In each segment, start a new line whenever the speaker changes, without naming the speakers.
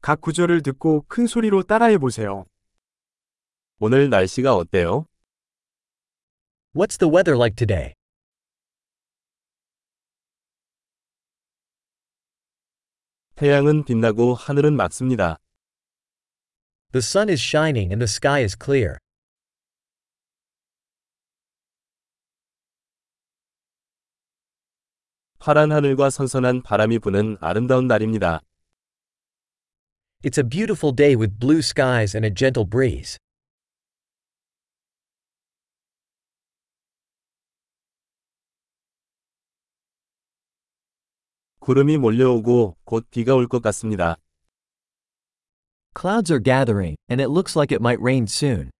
각 구절을 듣고 큰 소리로 따라해 보세요.
오늘 날씨가 어때요?
What's the weather like today?
태양은 빛나고 하늘은 맑습니다.
The sun is shining and the sky is clear.
파란 하늘과 선선한 바람이 부는 아름다운 날입니다.
It's a beautiful day with blue skies and a gentle breeze.
구름이 몰려오고 곧 비가 올 것 같습니다.
Clouds are gathering, and it looks like it might rain soon.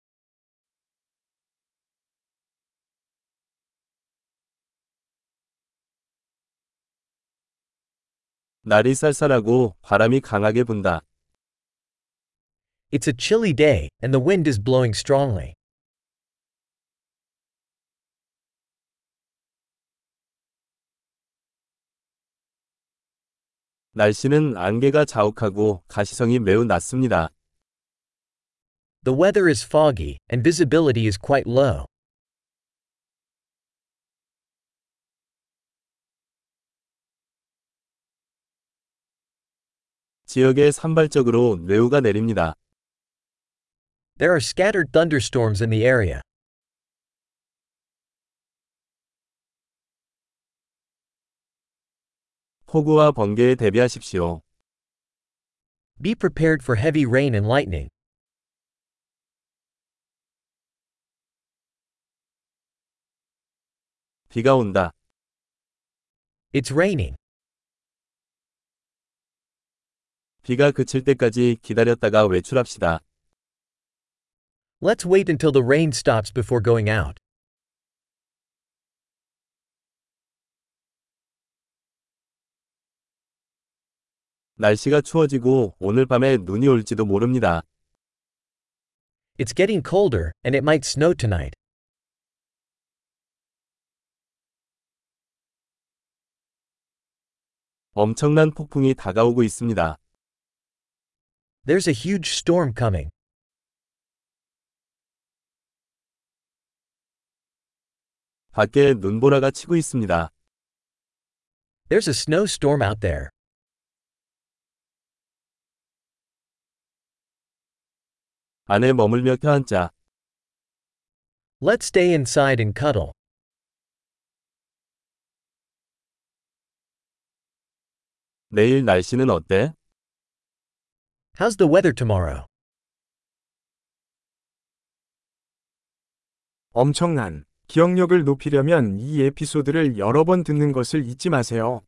날이 쌀쌀하고 바람이 강하게 분다.
It's a chilly day, and the wind is blowing strongly.
날씨는 안개가 자욱하고 가시성이 매우 낮습니다.
The weather is foggy, and visibility is quite low.
지역에 산발적으로 뇌우가 내립니다.
There are scattered thunderstorms in the area.
폭우와 번개에 대비하십시오.
Be prepared for heavy rain and lightning.
비가 온다.
It's raining.
비가 그칠 때까지 기다렸다가 외출합시다.
Let's wait until the rain stops before going out.
날씨가 추워지고 오늘 밤에 눈이 올지도 모릅니다.
It's getting colder, and it might snow tonight.
엄청난 폭풍이 다가오고 있습니다.
There's a huge storm coming.
밖에 눈보라가 치고 있습니다.
There's a snowstorm out there.
안에 머물며 껴앉자.
Let's stay inside and cuddle.
내일 날씨는 어때?
How's the weather tomorrow?
엄청난 기억력을 높이려면 이 에피소드를 여러 번 듣는 것을 잊지 마세요.